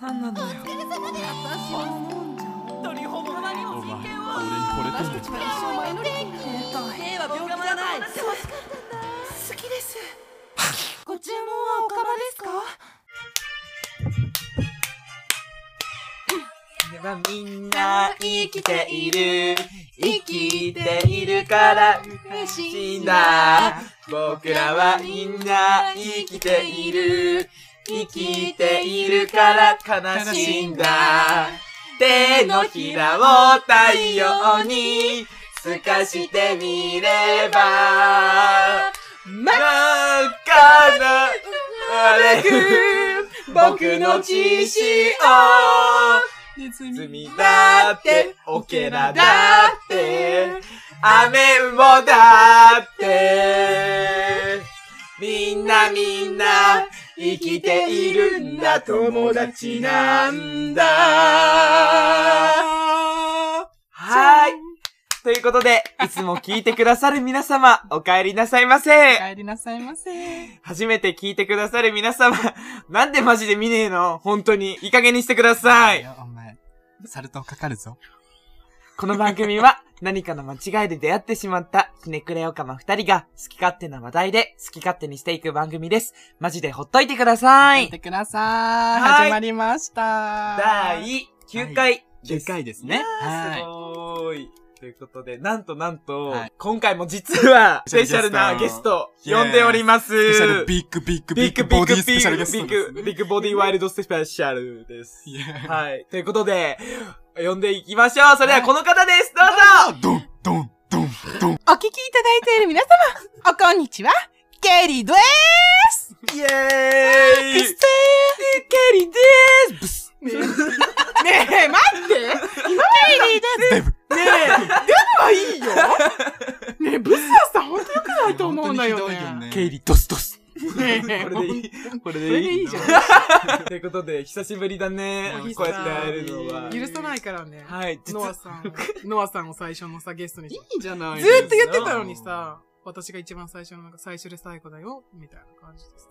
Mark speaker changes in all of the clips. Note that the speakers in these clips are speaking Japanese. Speaker 1: 何なのよ私は飲んじゃおう
Speaker 2: ドリホモにも
Speaker 3: お前
Speaker 2: 人権を
Speaker 3: 俺に惚れてんの
Speaker 1: 私たちは一生前乗り切れた兵は病気じゃない好きですご注文はおかまですか
Speaker 4: みんな生きている生きているから嬉しいんだ僕らはみんな生きている生きているから悲しいんだ手のひらを太陽に透かしてみれば真っ赤な荒れく僕の血潮
Speaker 2: ネズ
Speaker 4: ネズミだって、オケラだって、アメウモだって、みんなみんな生きているんだ、友達なんだ。はい。ということで、いつも聞いてくださる皆様、お帰りなさいませ。
Speaker 2: 帰りなさいませ
Speaker 4: 初めて聞いてくださる皆様、なんでマジで見ねえの本当に。いい加減にしてください。
Speaker 2: やお前サルトンかかるぞ
Speaker 4: この番組は何かの間違いで出会ってしまったひねくれおかま二人が好き勝手な話題で好き勝手にしていく番組です。マジでほっといてくださ
Speaker 2: 見
Speaker 4: い。
Speaker 2: てください
Speaker 4: はい
Speaker 2: 始まりました
Speaker 4: 第9回です。
Speaker 2: 9回ですねはい
Speaker 4: いやーすごーい。ということで、なんとなんと、
Speaker 2: はい
Speaker 4: 今回も実は、ス
Speaker 2: ペ
Speaker 4: ペ
Speaker 2: シ
Speaker 4: シ
Speaker 2: ャ
Speaker 4: ャ
Speaker 2: ル
Speaker 4: ル
Speaker 2: ゲスト
Speaker 4: なゲスト、呼んでおります。
Speaker 2: スペシャルビッグビッグビ
Speaker 4: ビ
Speaker 2: ッ
Speaker 4: ッ
Speaker 2: グ
Speaker 4: グ
Speaker 2: ボ
Speaker 4: ボ
Speaker 2: デ
Speaker 4: デ
Speaker 2: ィ
Speaker 4: ィ
Speaker 2: スペシャルゲスト
Speaker 4: ビ
Speaker 2: で
Speaker 4: ッ
Speaker 2: す
Speaker 4: グ、ビッグボディワイルドスペシャルです。
Speaker 2: いやー
Speaker 4: はい。ということで、呼んでいきましょう。それではこの方です。どうぞ、
Speaker 2: ドンドンドンドン
Speaker 5: お聞きいただいている皆様、おこんにちは、ケリードエす
Speaker 4: イエーイ
Speaker 5: くせーケリーで
Speaker 4: ブス
Speaker 5: すねえ、待ってケリ
Speaker 2: デ
Speaker 5: ーで
Speaker 2: ブ
Speaker 4: ねえ
Speaker 5: すではいい よねえ、ブスはさ、ほんとよくないと思うんだよね。
Speaker 2: ケイリ
Speaker 4: リドスドス。
Speaker 5: ねえ、
Speaker 4: これでい い。これ
Speaker 5: これでいいじゃん。
Speaker 4: ということで、久しぶりだね
Speaker 2: もう久。しぶ
Speaker 4: こ
Speaker 2: り
Speaker 4: うやって会えるのは。
Speaker 5: 許さないからね。
Speaker 4: はい、実
Speaker 5: ノア
Speaker 4: は。
Speaker 5: さんを、ノアさんを最初のさ、ゲストにし
Speaker 2: じゃな
Speaker 5: ず
Speaker 2: い
Speaker 5: ーっと言ってたのにさ、私が一番最初の、なんか最初で最後だよ、みたいな感じです。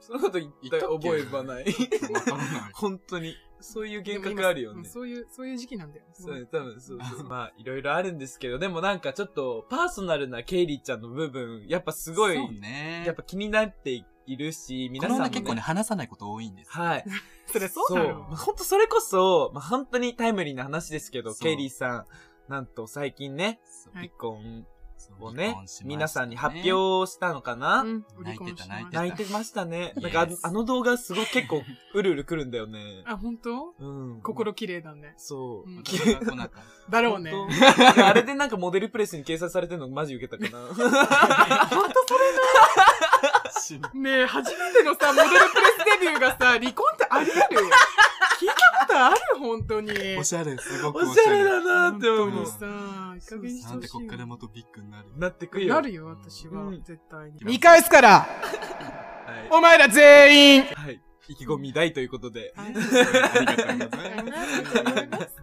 Speaker 4: そのこと言った覚えはない。
Speaker 2: わかんない
Speaker 4: 本当に。そういう
Speaker 5: で
Speaker 4: 幻
Speaker 5: も今
Speaker 4: 覚あるよ
Speaker 5: うん
Speaker 4: ね。
Speaker 5: そういう、そういう時期なんだよ。
Speaker 4: そうね、多分そうそう。まあ、いろいろあるんですけど、でもなんかちょっと、パーソナルなケイリーちゃんの部分、やっぱすごい、
Speaker 2: そうね
Speaker 4: やっぱ気になっているし、皆
Speaker 2: この
Speaker 4: さん
Speaker 2: 女
Speaker 4: も、ね。
Speaker 2: 結構ね話さないこと多いんです
Speaker 4: はい。
Speaker 5: それそうだろ
Speaker 4: まあ、。ほんとそれこそ、まあ、本当にタイムリーな話ですけど、
Speaker 2: そう
Speaker 4: ケイリーさん、なんと最近ね、
Speaker 5: はい
Speaker 4: 離婚
Speaker 2: そう
Speaker 4: をね
Speaker 2: 離婚しましたね
Speaker 4: 皆さんに発表したのかな、
Speaker 5: うん
Speaker 2: 泣いてた泣いてた
Speaker 4: 泣いてましたね。
Speaker 2: Yes
Speaker 4: なんかあの、あの動画すごい結構、うるうるくるんだよね。
Speaker 5: あ、本当？
Speaker 4: うん。
Speaker 5: 心綺麗だね。
Speaker 4: そう。
Speaker 5: うん
Speaker 2: 私が来なかっ
Speaker 5: だろうね。
Speaker 4: 本当なんかあれでなんかモデルプレスに掲載されてるのマジウケたかな。
Speaker 2: た死ぬ
Speaker 5: ねえ、初めての さ、モデルプレスデビューがさ、離婚ってあり得るよ。聞いたことある本当に。
Speaker 2: おしゃれすごく
Speaker 4: お
Speaker 2: お
Speaker 4: し
Speaker 2: し
Speaker 4: ゃ
Speaker 2: ゃ
Speaker 4: れ
Speaker 2: れ
Speaker 4: だなって
Speaker 5: 本当
Speaker 4: 思
Speaker 5: に
Speaker 4: う。
Speaker 5: さ、いい加減にし
Speaker 2: な
Speaker 5: て
Speaker 2: ん
Speaker 5: ほ
Speaker 2: で
Speaker 5: し
Speaker 2: こっ
Speaker 5: い
Speaker 2: から
Speaker 5: よ。
Speaker 2: またビッグになる
Speaker 4: なってくるよ。
Speaker 5: なるよ、私は。
Speaker 4: うん
Speaker 5: 絶対に。
Speaker 2: 見
Speaker 5: 見返すから
Speaker 4: はい。
Speaker 5: お前ら全員
Speaker 4: はい。意気込み大ということで。
Speaker 5: あ
Speaker 2: ありがとうございます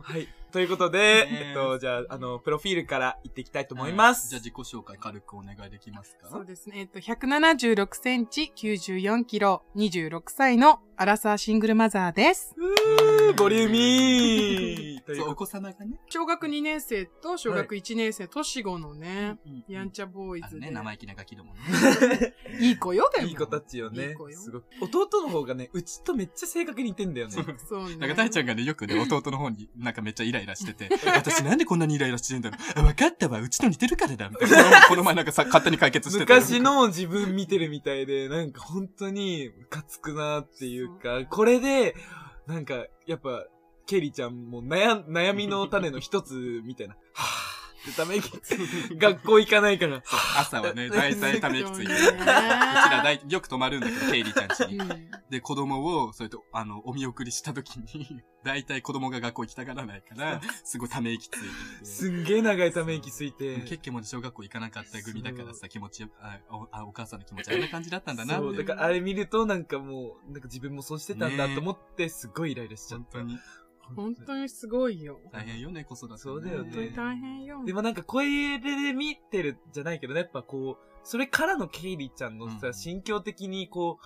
Speaker 4: はい。ということで、
Speaker 2: ね
Speaker 4: えっと、じゃあ、あの、プロフィールから行っていきたいと思います。
Speaker 2: じゃあ自己紹介軽くお願いできますか
Speaker 5: そうですね。えっと、176センチ、94キロ、26歳のアラサーシングルマザーです。
Speaker 4: うーボリューミ ーとい
Speaker 2: そう
Speaker 4: う
Speaker 2: お子様がね、
Speaker 5: 小学2年生と小学1年生、年子のね、やん
Speaker 2: ち
Speaker 5: ちゃボーイ
Speaker 2: あ
Speaker 5: ズ
Speaker 2: の
Speaker 5: で。
Speaker 2: ね生意気なガキどもね
Speaker 5: いい子よ、でも。
Speaker 4: いい子たちよ
Speaker 5: いい
Speaker 4: ね
Speaker 5: 子。よ
Speaker 4: すごく。弟の方がね、うちとめっちゃ性格似てんだよね。
Speaker 5: そうね。
Speaker 2: なんか大ちゃんがねよくね弟の方になんかめっちゃイライラして て私なんでこんなにイライラしてんだろうあ分かったわうちと似てる からだみたいなこの前なんかさ勝手に解決してた
Speaker 4: 昔の自分見てるみたいで、なんか本当にムカつくなっていうか、これで、なんか、やっぱ、ケリちゃんも悩ん、悩みの種の一つみたいな。はぁーってため息つ。学校行かないから。
Speaker 2: そう朝は ね大体ため息ついてるうちら
Speaker 5: ら
Speaker 2: 大よく泊まるんだけどケイリーちゃん家に
Speaker 5: うん
Speaker 2: で、子供を、それと、あの、お見送りしたときに、 大体子供が学校行きたがらないから、すごいため息ついて
Speaker 4: すんげえ長いため息つい
Speaker 2: て。結
Speaker 4: て。
Speaker 2: 局もね小学校行かなかった組だからさ、気持ち、あおあ、お母さんの気持ちあんな感じだったんだなって。
Speaker 4: そう、だからあれ見るとなんかもう、なんか自分もそうしてたんだと思って、すごいイライラしちゃっ
Speaker 2: 本
Speaker 4: た。
Speaker 2: 当に。
Speaker 5: 本当にすごいよ。
Speaker 2: 大変よね、子育てね。
Speaker 4: そうだよね
Speaker 5: 本当に大変よ。
Speaker 4: でもなんか声で見てるじゃないけどね、やっぱこう、それからのケイリーちゃんの
Speaker 2: う
Speaker 4: さ、
Speaker 2: ん
Speaker 4: 心境的にこう、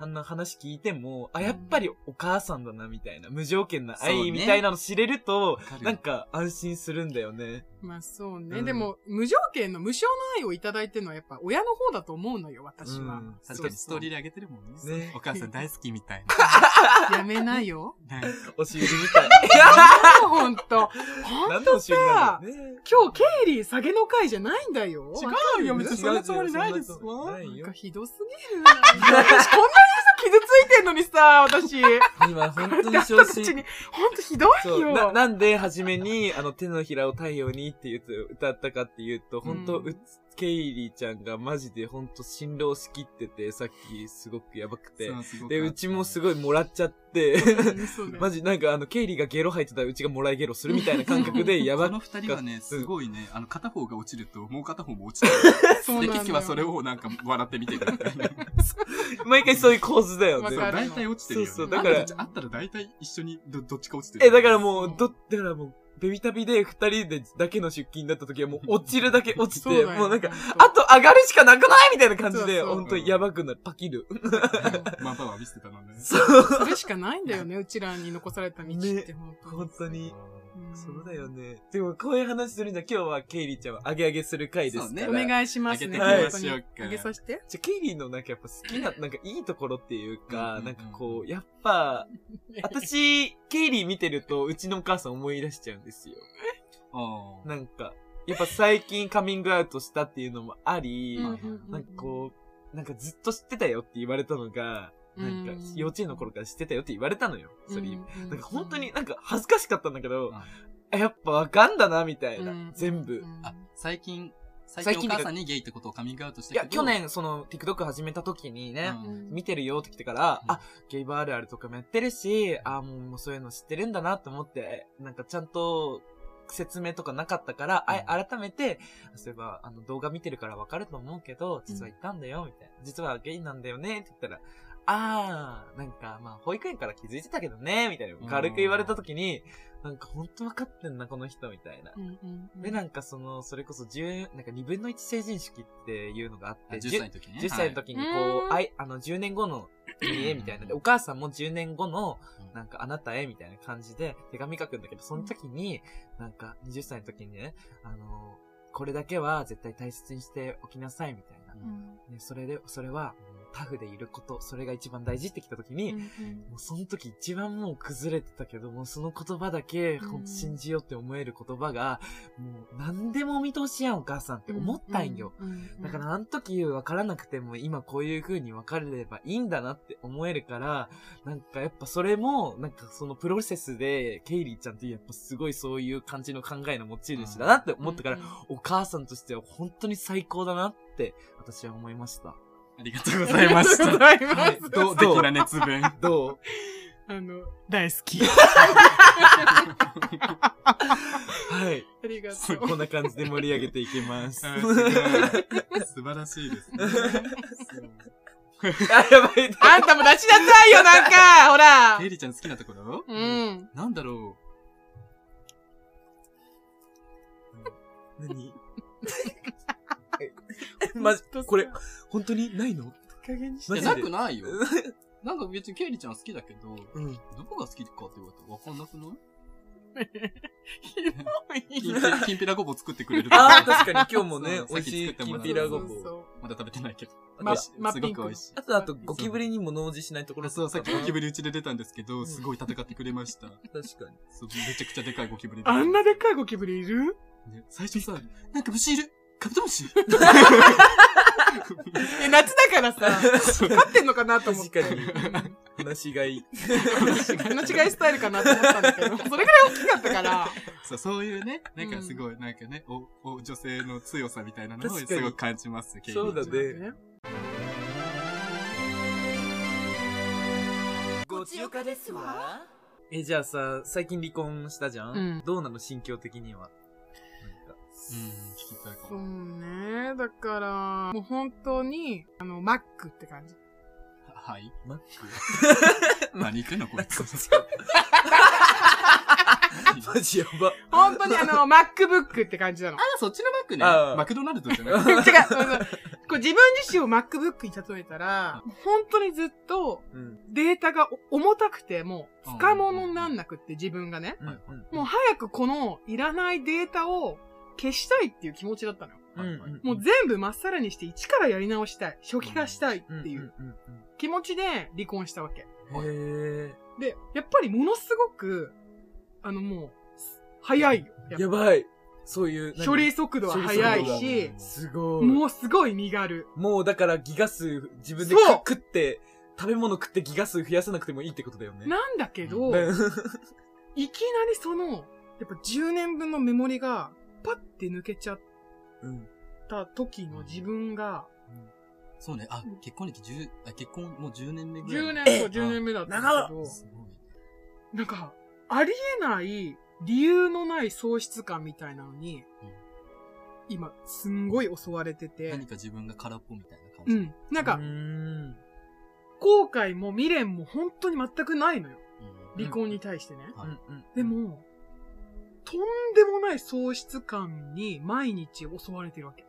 Speaker 4: あんな話聞いても、あ、やっぱりお母さんだな、みたいな、無条件な
Speaker 2: そうね
Speaker 4: 愛みたいなの知れると
Speaker 2: わ、かるよ
Speaker 4: なんか安心するんだよね。
Speaker 5: まあそうね。
Speaker 4: うん
Speaker 5: でも、無条件の無償の愛をいただいてるのはやっぱ親の方だと思うのよ、私は。
Speaker 4: うん
Speaker 2: 確かにストーリー
Speaker 5: ー。
Speaker 2: であげてるもんね。
Speaker 4: ね
Speaker 2: お母さん大好きみたい
Speaker 5: やめないよ。
Speaker 2: な。 なんか
Speaker 4: 押し売りみ たい。
Speaker 5: ほん と。
Speaker 4: な
Speaker 5: ほん
Speaker 4: んで
Speaker 5: と
Speaker 4: 押し売りな
Speaker 5: さ
Speaker 4: ん、だよね。
Speaker 5: 今日ケイリー下げの会じゃないんだよ。
Speaker 2: 違うよ、別にそんなつもりないです
Speaker 4: 違うよそんなつも
Speaker 2: わ
Speaker 4: り。ない
Speaker 5: なん
Speaker 4: よ
Speaker 5: かひどすぎる。私こんなにさ、傷ついてんのにさ、私。
Speaker 4: 今本当に
Speaker 5: やった
Speaker 4: 調
Speaker 5: た
Speaker 4: 子
Speaker 5: ちに、ほんとひどい
Speaker 4: そうな
Speaker 5: よ。
Speaker 4: なんで初めにあの手のひらを太陽にっていう歌ったかっていうと本当、
Speaker 5: うん
Speaker 4: うつケイリーちゃんがマジで本当振動しきっててさっきすごくやばくて
Speaker 2: そうすごく
Speaker 4: でうちもすごいもらっちゃっ
Speaker 5: う
Speaker 4: て
Speaker 5: んそうだよ
Speaker 4: マジなんかあのケイリーがゲロ吐いてたらうちがもらいゲロするみたいな感覚でやば
Speaker 2: この
Speaker 4: く
Speaker 2: 二人はね、すごいね、あの、片方が落ちると、もう片方も落ちてる。
Speaker 5: そうな
Speaker 2: で、
Speaker 5: のよ
Speaker 2: キキはそれをなんか笑って見て るみたいな。
Speaker 4: 毎回そういう構図だよ
Speaker 5: わ
Speaker 4: ね
Speaker 5: かる
Speaker 2: 大体落ちてるよ、ね。
Speaker 4: そうそうだから
Speaker 2: あんたたちあったら大体一緒にどどっちか落ちてる。
Speaker 4: えだからもうどだからもうベビ旅で二人でだけの出勤だった時はもう落ちるだけ落ち
Speaker 5: そうだ
Speaker 4: て
Speaker 5: よ
Speaker 4: もうなんか
Speaker 5: ほと
Speaker 4: あと上がるしかなくないみたいな感じで、
Speaker 5: そうそう
Speaker 4: 本当にやばくなる。パキる。
Speaker 2: まあ、パワー見せてたのね。
Speaker 4: そう。
Speaker 5: それしかないんだよね、うちらに残された道って本当に
Speaker 4: 本当に。
Speaker 5: ん
Speaker 4: そうだよね。でも、こういう話するんじゃ、今日はケイリーちゃんはアゲアゲする回ですから。
Speaker 2: そ
Speaker 5: お
Speaker 2: うね
Speaker 5: 願いしますね。
Speaker 2: あ
Speaker 4: げていき
Speaker 2: ましょうか
Speaker 5: 本当にあげさせて。
Speaker 4: じゃ、ケイリーのなんかやっぱ好きな、なんかいいところっていう
Speaker 2: うん
Speaker 4: か、
Speaker 2: うん
Speaker 4: なんかこう、やっぱ、 私、ケイリー見てると、うちのお母さん思い出しちゃうんですよ。
Speaker 2: ああ。
Speaker 4: なんか、やっぱ最近カミングアウトしたっていうのもあり、
Speaker 2: うん
Speaker 4: なんかこう、なんかずっと知ってたよって言われたのが、なんか幼稚園の頃から知ってたよって言われたのよ。それ、
Speaker 5: な
Speaker 4: なんか本当になんか恥ずかしかったんだけど
Speaker 2: うん、
Speaker 4: やっぱわかんだな、みたいな。全部。
Speaker 2: あ、最近、最
Speaker 4: 最
Speaker 2: 近
Speaker 4: 近
Speaker 2: お母さんにゲイってことをカミングアウトし
Speaker 4: い
Speaker 2: て
Speaker 4: や、去、年その TikTok 始めた時にね、見てるよって来てから、
Speaker 2: うん
Speaker 4: あ、ゲイバーあるあるとかもやってるし、あ、もうもうそういうの知ってるんだなと思って、なんかちゃんと説明とかなかったから、あ改めて、そういえばあの動画見てるからわかると思うけど、実は行ったんだよ、みたいな。実はゲイなんだよね、って言ったら、あー、なんかまあ保育園から気づいてたけどね、みたいな。軽く言われた時に、なんか本当わかってんな、この人、みたいな。で、なんかその、それこそ10、なんか2分の1成人式っていうのがあっ
Speaker 2: あ
Speaker 4: て、
Speaker 2: 10歳の時ね。
Speaker 4: 10歳の時に
Speaker 5: う
Speaker 4: こ
Speaker 5: ん
Speaker 4: う、あい、あの、10年後の家みたいなで、お母さんも10年後の、なんかあなたへみたいな感じで手紙書くんだけど、その時に、なんか20歳の時にね、あの、これだけは絶対大切にしておきなさいみたいな。ね、それで、それは、タフでいること、それが一番大事ってきた時に、もうその時一番もう崩れてたけど、もうその言葉だけ、
Speaker 5: うん
Speaker 4: ほんと信じようって思える言葉が、もう何でもお見通しやんお母さんって思ったんよ。。だから、あの時分からなくても、今こういう風に分かれればいいんだなって思えるから、なんかやっぱそれも、なんかそのプロセスで、ケイリーちゃんってやっぱすごいそういう感じの考えの持ち主だなって思ったから、お母さんとしては本当に最高だなって、私は思いました。
Speaker 2: ありがとうございました。
Speaker 5: ありがとうございます。
Speaker 2: どう、素敵な熱弁。
Speaker 4: どう
Speaker 5: あの、大好き。
Speaker 4: はい。
Speaker 5: ありがと
Speaker 2: す
Speaker 5: う。
Speaker 4: こんな感じで盛り上げていき ます。あ、
Speaker 2: 素晴らしいですね。
Speaker 4: やばい。
Speaker 5: あんたも出しなさいよ、なんかほら
Speaker 2: ケイリちゃん好きなところ
Speaker 5: うん。
Speaker 2: なんだろ
Speaker 4: 何まじ、これ、本当にないの
Speaker 5: 加減にし
Speaker 2: う。
Speaker 4: マ
Speaker 2: い
Speaker 4: ジ
Speaker 2: や
Speaker 4: で
Speaker 2: なくないよ。 なんか別にケイリちゃん好きだけど、
Speaker 4: うん。
Speaker 2: どこが好きかって言われたらわかんなくない
Speaker 5: て
Speaker 2: きんぴきんぴらごぼう作ってくれると
Speaker 4: ああ、
Speaker 2: か。
Speaker 4: 確かに今日もね
Speaker 2: そう、
Speaker 4: 美味しい
Speaker 2: さっき作っても
Speaker 4: き
Speaker 2: ら
Speaker 4: ん
Speaker 2: った
Speaker 4: ぴらごぼ
Speaker 5: そう
Speaker 4: う
Speaker 5: そう。
Speaker 2: まだ食べてないけど。
Speaker 5: ま
Speaker 2: 美味しい
Speaker 5: ま
Speaker 2: すごく美味しい。
Speaker 4: あとあと、ゴキブリにも脳死しないところ
Speaker 2: そう、さっきゴキ
Speaker 4: リ。
Speaker 2: ブリうちで出たんですけど、
Speaker 4: ん
Speaker 2: すごい戦ってくれました。
Speaker 4: 確かに。
Speaker 2: そうめちゃくちゃでかいゴキブリで。
Speaker 5: あんなでっかいゴキブリいる
Speaker 2: ね最初さ、なんか虫いるカブトム シ
Speaker 5: え、夏だから さ、飼ってんのかなと思って。
Speaker 4: 確かに、話がいい。
Speaker 5: の違いスタイルかなと思ったんだけど、それぐらい大きかったから。
Speaker 2: そうそういうね、なんかすごい、なんかね、お、お、女性の強さみたいなのを
Speaker 4: 確
Speaker 2: す
Speaker 4: かに
Speaker 2: ごい感じます、ケイリー
Speaker 4: そうだね
Speaker 1: ごちよかですわ
Speaker 4: え、じゃあさ、最近離婚したじゃ
Speaker 5: うん
Speaker 4: んどうなの心境的には。
Speaker 2: うん、聞きたいか
Speaker 5: そ
Speaker 2: も。
Speaker 5: うね。だから、もう本当に、あの、マックって感じ。
Speaker 2: はい。
Speaker 4: マッ
Speaker 2: 何言ってんのこいつ。
Speaker 4: マジやば。
Speaker 5: 本当にあ の、MacBook って感じなの。
Speaker 2: あ、そっちのバッグね。
Speaker 4: ああ
Speaker 2: マクドナルドじゃない
Speaker 5: 違う、そうそうこう自分自身を MacBook に例えたら、本当にずっと
Speaker 4: うん。
Speaker 5: データが重たくて、もう、使い物になんなくって自分がね。
Speaker 4: うん。
Speaker 5: もう早くこのいらないデータを消したいっていう気持ちだったのよ。
Speaker 4: うん。
Speaker 5: もう全部まっさらにして一からやり直したい。初期化したいっていう気持ちで離婚したわけ。
Speaker 4: へ
Speaker 5: で、やっぱりものすごく、あのもう、早いよ。やっ
Speaker 4: え。やばい。そういう。
Speaker 5: ぱ
Speaker 4: 何
Speaker 5: 処理速度は早い
Speaker 4: 処
Speaker 5: し、
Speaker 4: すごい。も
Speaker 5: もうすごい身軽。
Speaker 4: う、だからギガ数自分で
Speaker 5: そう
Speaker 4: 食って、食べ物食ってギガ数増やさなくてもいいってことだよね。
Speaker 5: なんだけど、
Speaker 4: うん
Speaker 5: いきなりその、やっぱ10年分のメモリが、パッて抜けちゃっ
Speaker 4: うん。
Speaker 5: た時の自分が、
Speaker 2: そうね。あ、結婚歴10、あ、結婚もう10年目ぐらい。
Speaker 5: 10年、
Speaker 2: え
Speaker 5: そう10年目だったんだけど、
Speaker 2: すごい。
Speaker 5: なんか、ありえない理由のない喪失感みたいなのに、
Speaker 2: うん
Speaker 5: 今、すんごい襲われてて
Speaker 2: 何、か自分が空っぽみたいな感
Speaker 5: う
Speaker 2: じ。
Speaker 5: ん。なん
Speaker 4: う
Speaker 5: か
Speaker 4: ー、ん。
Speaker 5: 後悔も未練も本当に全くないのよ。
Speaker 2: うん
Speaker 5: 離婚に対してね。
Speaker 2: は
Speaker 4: う
Speaker 2: い
Speaker 4: んうん
Speaker 5: で、も、とんでもない喪失感に毎日襲われてるわけ。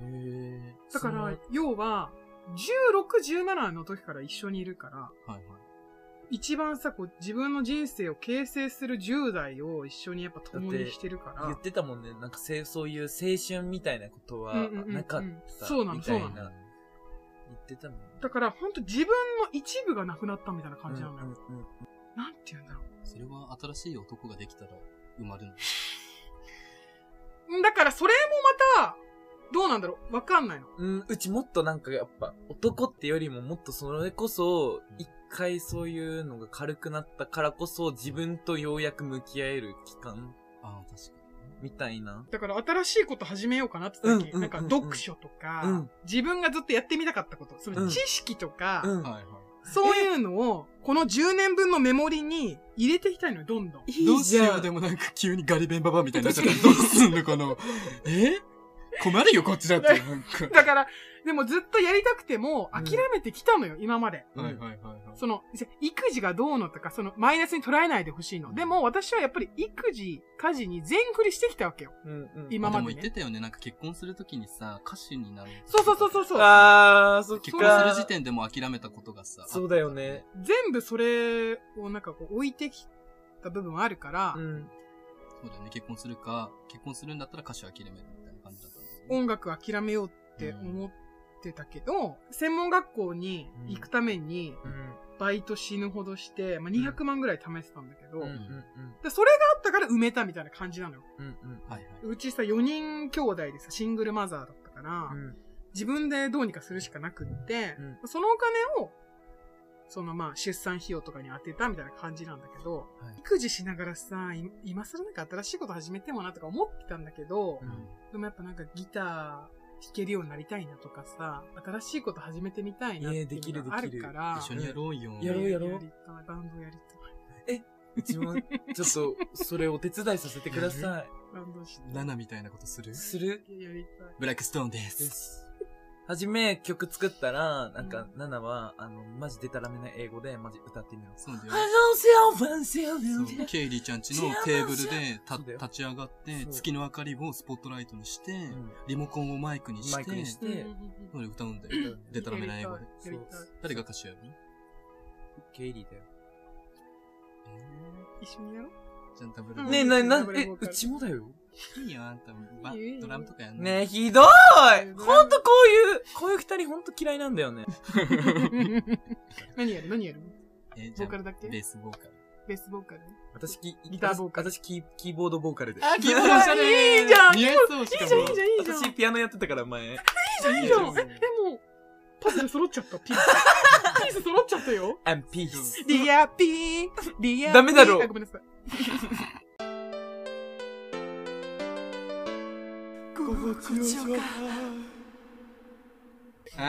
Speaker 4: へ
Speaker 5: だか
Speaker 4: そ
Speaker 5: ら
Speaker 4: の、
Speaker 5: 要は、16、17の時から一緒にいるから、
Speaker 2: はいはい。
Speaker 5: 一番さ、こう、自分の人生を形成する10代を一緒にやっぱ共にしてるから。
Speaker 4: 言ってたもんね。なんかせい、そういう青春みたいなことは
Speaker 5: うんうんうんうん
Speaker 4: なかった。
Speaker 5: そうなの
Speaker 4: みたい
Speaker 5: そう
Speaker 4: な。言ってたもんね。
Speaker 5: だから、ほんと自分の一部がなくなったみたいな感じなのよ。
Speaker 4: うんうんうん
Speaker 5: なんて言うんだろ
Speaker 2: それは新しい男ができたら生まれるの。
Speaker 5: う。だから、それもまた、どうなんだろうわかんないの。
Speaker 4: うん、うちもっとなんかやっぱ男ってよりももっとそれこそ一回そういうのが軽くなったからこそ自分とようやく向き合える期間
Speaker 2: ああ、確か
Speaker 4: みたいな。
Speaker 5: だから、新しいこと始めようかなって時、
Speaker 4: うんうんうんうん
Speaker 5: なんか、読書とか、
Speaker 4: うん
Speaker 5: 自分がずっとやってみたかったこと、そ
Speaker 4: うん
Speaker 5: の知識とか、
Speaker 4: う
Speaker 2: に。
Speaker 4: ん。
Speaker 2: はいは
Speaker 5: そういうのを、この10年分のメモリに入れていきたいのよ、どんどん。
Speaker 2: い。どうしようで
Speaker 4: も。
Speaker 2: もなんか急にガリベンババアみたいになっちゃったらどうすんのこ の。え困るよ、こっちだって。なんか。
Speaker 5: だから、でもずっとやりたくても、諦めてきたのよ、今まで。
Speaker 2: はいはいはいはい。
Speaker 5: その、育児がどうのとか、その、マイナスに捉えないでほしいの。でも、私はやっぱり育児、家事に全振りしてきたわけよ。
Speaker 4: うんうん。
Speaker 5: 今ま
Speaker 2: でも
Speaker 5: で
Speaker 2: 言って
Speaker 5: ね。
Speaker 2: たよね。なんか結婚するときにさ、歌手になる。
Speaker 5: そうそうそうそうそう。
Speaker 4: あー、そっか。
Speaker 2: 結婚する時点でもう諦めたことがさ。
Speaker 4: そうだよね。
Speaker 5: 全部それをなんかこう置いてきた部分はあるから、
Speaker 4: うん。
Speaker 2: そうだよね。結婚するか、結婚するんだったら歌手諦めるみたいな感じだったんだよね。
Speaker 5: 音楽諦めようって思ってたけど、専門学校に行くために、
Speaker 4: うん。
Speaker 5: バイト死ぬほどして、まあ、200万ぐらい貯めてたんだけど、
Speaker 4: うんうん
Speaker 5: でそれがあったから埋めたみたいな感じなのよ。
Speaker 4: うん。うんうん。
Speaker 2: はいは
Speaker 5: うちさ、4人兄弟でさ、シングルマザーだったから、
Speaker 4: うん
Speaker 5: 自分でどうにかするしかなくって、
Speaker 4: うん
Speaker 5: そのお金を、そのまあ、出産費用とかに当てたみたいな感じなんだけど、
Speaker 4: はい
Speaker 5: 育児しながらさ、い今更なんか新しいこと始めてもなとか思ってたんだけど、
Speaker 4: うん
Speaker 5: でもやっぱなんかギター弾けるようになりたいなとかさ、新しいこと始めてみたいなって
Speaker 4: えーでき
Speaker 5: いう
Speaker 4: る
Speaker 5: のがあるから、
Speaker 2: い。一緒にやろうよ。
Speaker 4: やろうやろう
Speaker 5: やりたい、バンドやりたい。
Speaker 4: うちも、ちょっと、それお手伝いさせてください。
Speaker 5: バンドして。
Speaker 2: ナナみたいなことする
Speaker 4: する
Speaker 5: やりたい。
Speaker 2: ブラックストーンで。
Speaker 4: ですす。はじめ曲作ったら、なん
Speaker 5: う
Speaker 4: か、ナナは、あの、マジでたらめな英語で、マジ歌ってみます。
Speaker 2: そうだよ
Speaker 4: I。don't see a one
Speaker 2: そう
Speaker 4: single
Speaker 2: ケイリーちゃんちのテーブルでた
Speaker 4: そうだよ
Speaker 2: 立ち上がって、
Speaker 4: そう
Speaker 2: 月の明かりをスポットライトにして、
Speaker 4: うん
Speaker 2: リモコンをマイクにして、
Speaker 4: マイクにして
Speaker 5: うんうん
Speaker 2: それ歌うんだ
Speaker 5: うん
Speaker 2: よ。
Speaker 5: うん
Speaker 2: でたらめな英語で。
Speaker 5: やりたい。やりたい
Speaker 2: 誰が歌手やるの
Speaker 4: ケイリーだよ。
Speaker 5: 一緒にやろう
Speaker 2: じゃんダブル
Speaker 5: うん
Speaker 4: ねえ、な、な
Speaker 5: ダブ、ル
Speaker 4: え、
Speaker 5: ボーカ
Speaker 4: う
Speaker 5: ル
Speaker 4: ちもだよ。
Speaker 2: いいよ、あんた。バ
Speaker 5: いいよいいよ
Speaker 2: ドラムとかやんの
Speaker 4: ねえ、ひどいほんとこういう、こういう二人ほんと嫌いなんだよね。
Speaker 5: 何やる何やる
Speaker 2: えーじ
Speaker 5: ボ
Speaker 2: ゃ
Speaker 5: ーカ
Speaker 2: あ、
Speaker 5: ルだっけ
Speaker 2: ベ
Speaker 5: ベ
Speaker 2: ースボーカル。
Speaker 5: ースボーカル
Speaker 4: 私、キ
Speaker 5: ギターボーカル
Speaker 4: 私、キー、キーボードボーカルで。
Speaker 2: あ、キーボ
Speaker 5: ードおしゃれいいじゃん
Speaker 2: 似合いそう、しかも。
Speaker 5: いいじゃんいいじゃんいいじゃん
Speaker 4: 私、ピアノやってたから、前。
Speaker 5: いいじゃんいいじゃんえ、でも、パズル揃っちゃった、ピース。ピース揃っちゃったよ。
Speaker 4: アンピース。
Speaker 5: リアピー、リアピー。
Speaker 4: ダメだろ
Speaker 5: あごめんなさい。
Speaker 2: こん
Speaker 4: こん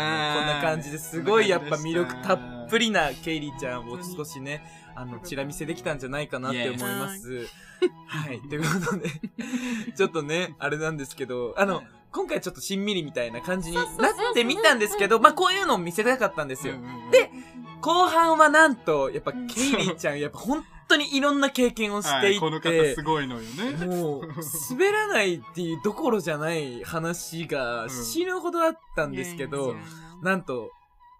Speaker 4: な感じですごいやっぱ魅力たっぷ
Speaker 2: り。
Speaker 4: りなケイリーちゃんを少しね、あの、チラ見せできたんじゃないかなって思います。はい。ということで、ちょっとね、あれなんですけど、あの、今回ちょっとしんみりみたいな感じになってみたんですけど、まあこういうのを見せたかったんですよ。
Speaker 2: うんうんうん
Speaker 4: で、後半はなんと、やっぱケイリーちゃん、やっぱ本当にいろんな経験をし
Speaker 2: は
Speaker 4: てい
Speaker 2: い、
Speaker 4: っ
Speaker 2: この方
Speaker 4: て
Speaker 2: す、ごいのよね。
Speaker 4: もう、滑らないっていうどころじゃない話が
Speaker 2: ん
Speaker 4: 死ぬほどあったんですけ
Speaker 5: い
Speaker 4: ど
Speaker 5: やいや、いや
Speaker 4: なんと、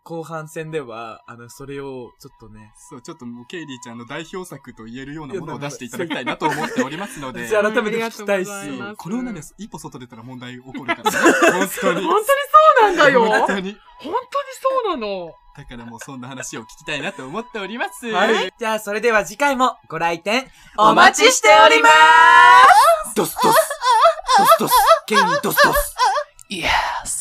Speaker 4: 後半戦では、あの、それを、ちょっとね、
Speaker 2: そう、ちょっともうケイリーちゃんの代表作と言えるようなものを出していただきたいなと思っておりますので
Speaker 4: 私。改めて聞きたい
Speaker 5: ありがとうご
Speaker 4: し、
Speaker 5: ざいます
Speaker 2: この女です。一歩外出たら問題起こるから、ね。本当に。
Speaker 5: 本当にそうなんだ よ
Speaker 2: 本
Speaker 5: 本当
Speaker 2: 当
Speaker 5: に
Speaker 2: に。
Speaker 5: そうなの
Speaker 2: だからもうそんな話を聞きたいなと思っております。
Speaker 4: はい。じゃあ、それでは次回もご来店、
Speaker 1: お
Speaker 4: お
Speaker 1: 待ち
Speaker 4: 待ち
Speaker 1: し
Speaker 4: してて
Speaker 1: お
Speaker 4: お
Speaker 1: り
Speaker 4: り
Speaker 1: ま
Speaker 4: ますすドスドスドスドスケイリードスドス
Speaker 1: Yes!